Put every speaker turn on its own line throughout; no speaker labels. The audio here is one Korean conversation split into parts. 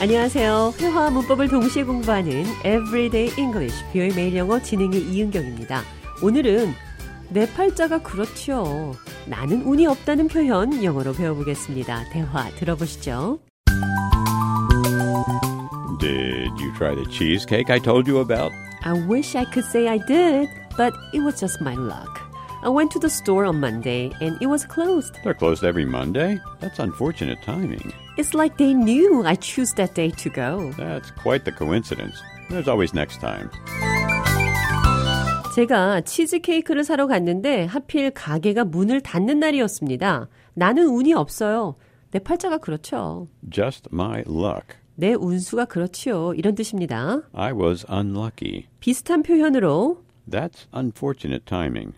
안녕하세요. 회화와 문법을 동시에 공부하는 Everyday English 비의 매일 영어 진행의 이은경입니다. 오늘은 내 팔자가 그렇지요. 나는 운이 없다는 표현 영어로 배워보겠습니다. 대화 들어보시죠.
Did you try the cheesecake I told you about?
I wish I could say I did, but it was just my luck. I went to the store on Monday and it was closed.
They're closed every Monday? That's unfortunate timing.
It's like they knew I choose that day to go.
That's quite the coincidence. There's always next time.
제가 치즈케이크를 사러 갔는데 하필 가게가 문을 닫는 날이었습니다. 나는 운이 없어요. 내 팔자가 그렇죠.
Just my luck.
내 운수가 그렇지요. 이런 뜻입니다.
I was unlucky.
비슷한 표현으로
That's unfortunate timing.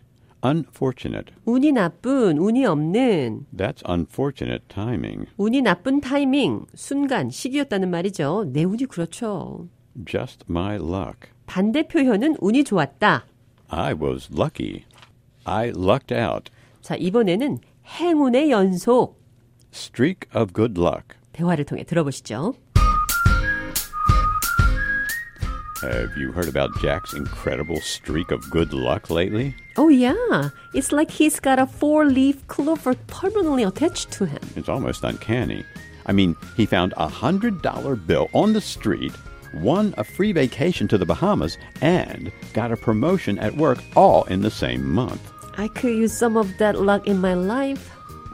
Unfortunate.
운이 나쁜, 운이 없는,
That's unfortunate timing.
운이 나쁜 타이밍, 순간, 시기였다는 말이죠. 내 운이 그렇죠.
Just my luck.
반대 표현은 운이 좋았다.
I was lucky. I lucked out.
자, 이번에는 행운의 연속.
Streak of good luck.
대화를 통해 들어보시죠.
Have you heard about Jack's incredible streak of good luck lately?
Oh yeah, it's like he's got a four-leaf clover permanently attached to him.
It's almost uncanny. I mean, he found a $100 bill on the street, won a free vacation to the Bahamas, and got a promotion at work all in the same month.
I could use some of that luck in my life.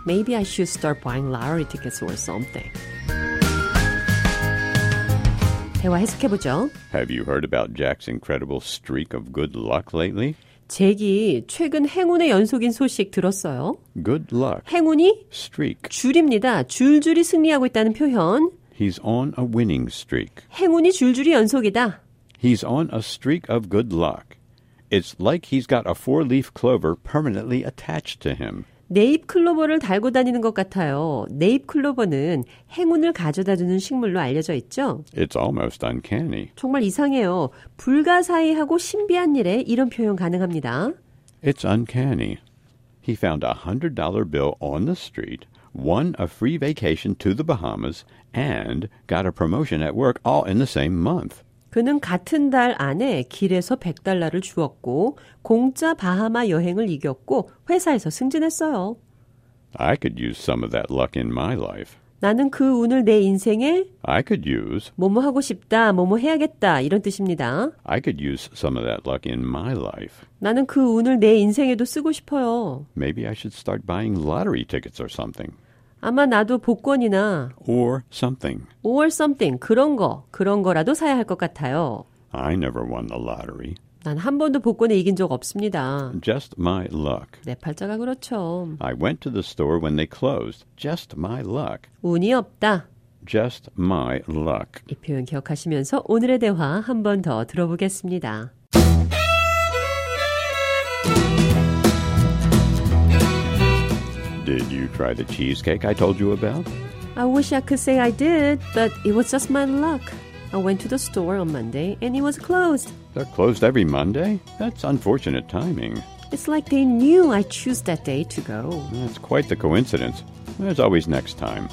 Maybe I should start buying lottery tickets or something. 대화 해석해 보죠.
Have you heard about Jack's incredible streak of good luck lately?
잭이 최근 행운의 연속인 소식 들었어요.
Good luck.
행운이
Streak.
줄입니다. 줄줄이 승리하고 있다는 표현.
He's on a winning streak.
행운이 줄줄이 연속이다.
He's on a streak of good luck. It's like he's got a four leaf clover permanently attached to him.
네잎 클로버를 달고 다니는 것 같아요. 네잎 클로버는 행운을 가져다 주는 식물로 알려져 있죠.
It's almost uncanny.
정말 이상해요. 불가사의하고 신비한 일에 이런 표현 가능합니다.
It's uncanny. He found a hundred dollar bill on the street, won a free vacation to the Bahamas, and got a promotion at work all in the same month.
그는 같은 달 안에 길에서 100달러를 주었고 공짜 바하마 여행을 이겼고 회사에서 승진했어요.
I could use some of that luck in my life.
나는 그 운을 내 인생에
I could use
뭐뭐 하고 싶다, 뭐뭐 해야겠다 이런 뜻입니다.
I could use some of that luck in my life.
나는 그 운을 내 인생에도 쓰고 싶어요.
Maybe I should start buying lottery tickets or something.
아마 나도 복권이나
Or something.
or something 그런 거 그런 거라도 사야 할 것 같아요.
I never won the lottery.
난 한 번도 복권에 이긴 적 없습니다.
Just my luck.
내 팔자가 그렇죠.
I went to the store when they closed. Just my luck.
운이 없다.
Just my luck.
이 표현 기억하시면서 오늘의 대화 한 번 더 들어보겠습니다.
Did you try the cheesecake I told you about?
I wish I could say I did, but it was just my luck. I went to the store on Monday and it was closed.
They're closed every Monday? That's unfortunate timing.
It's like they knew I choose that day to go.
That's quite the coincidence. There's always next time.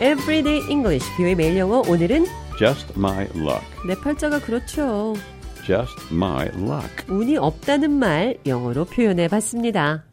Everyday English, 뷰의 매일 영어. 오늘은
Just my luck.
내 팔자가 그렇죠.
Just my luck.
운이 없다는 말 영어로 표현해 봤습니다.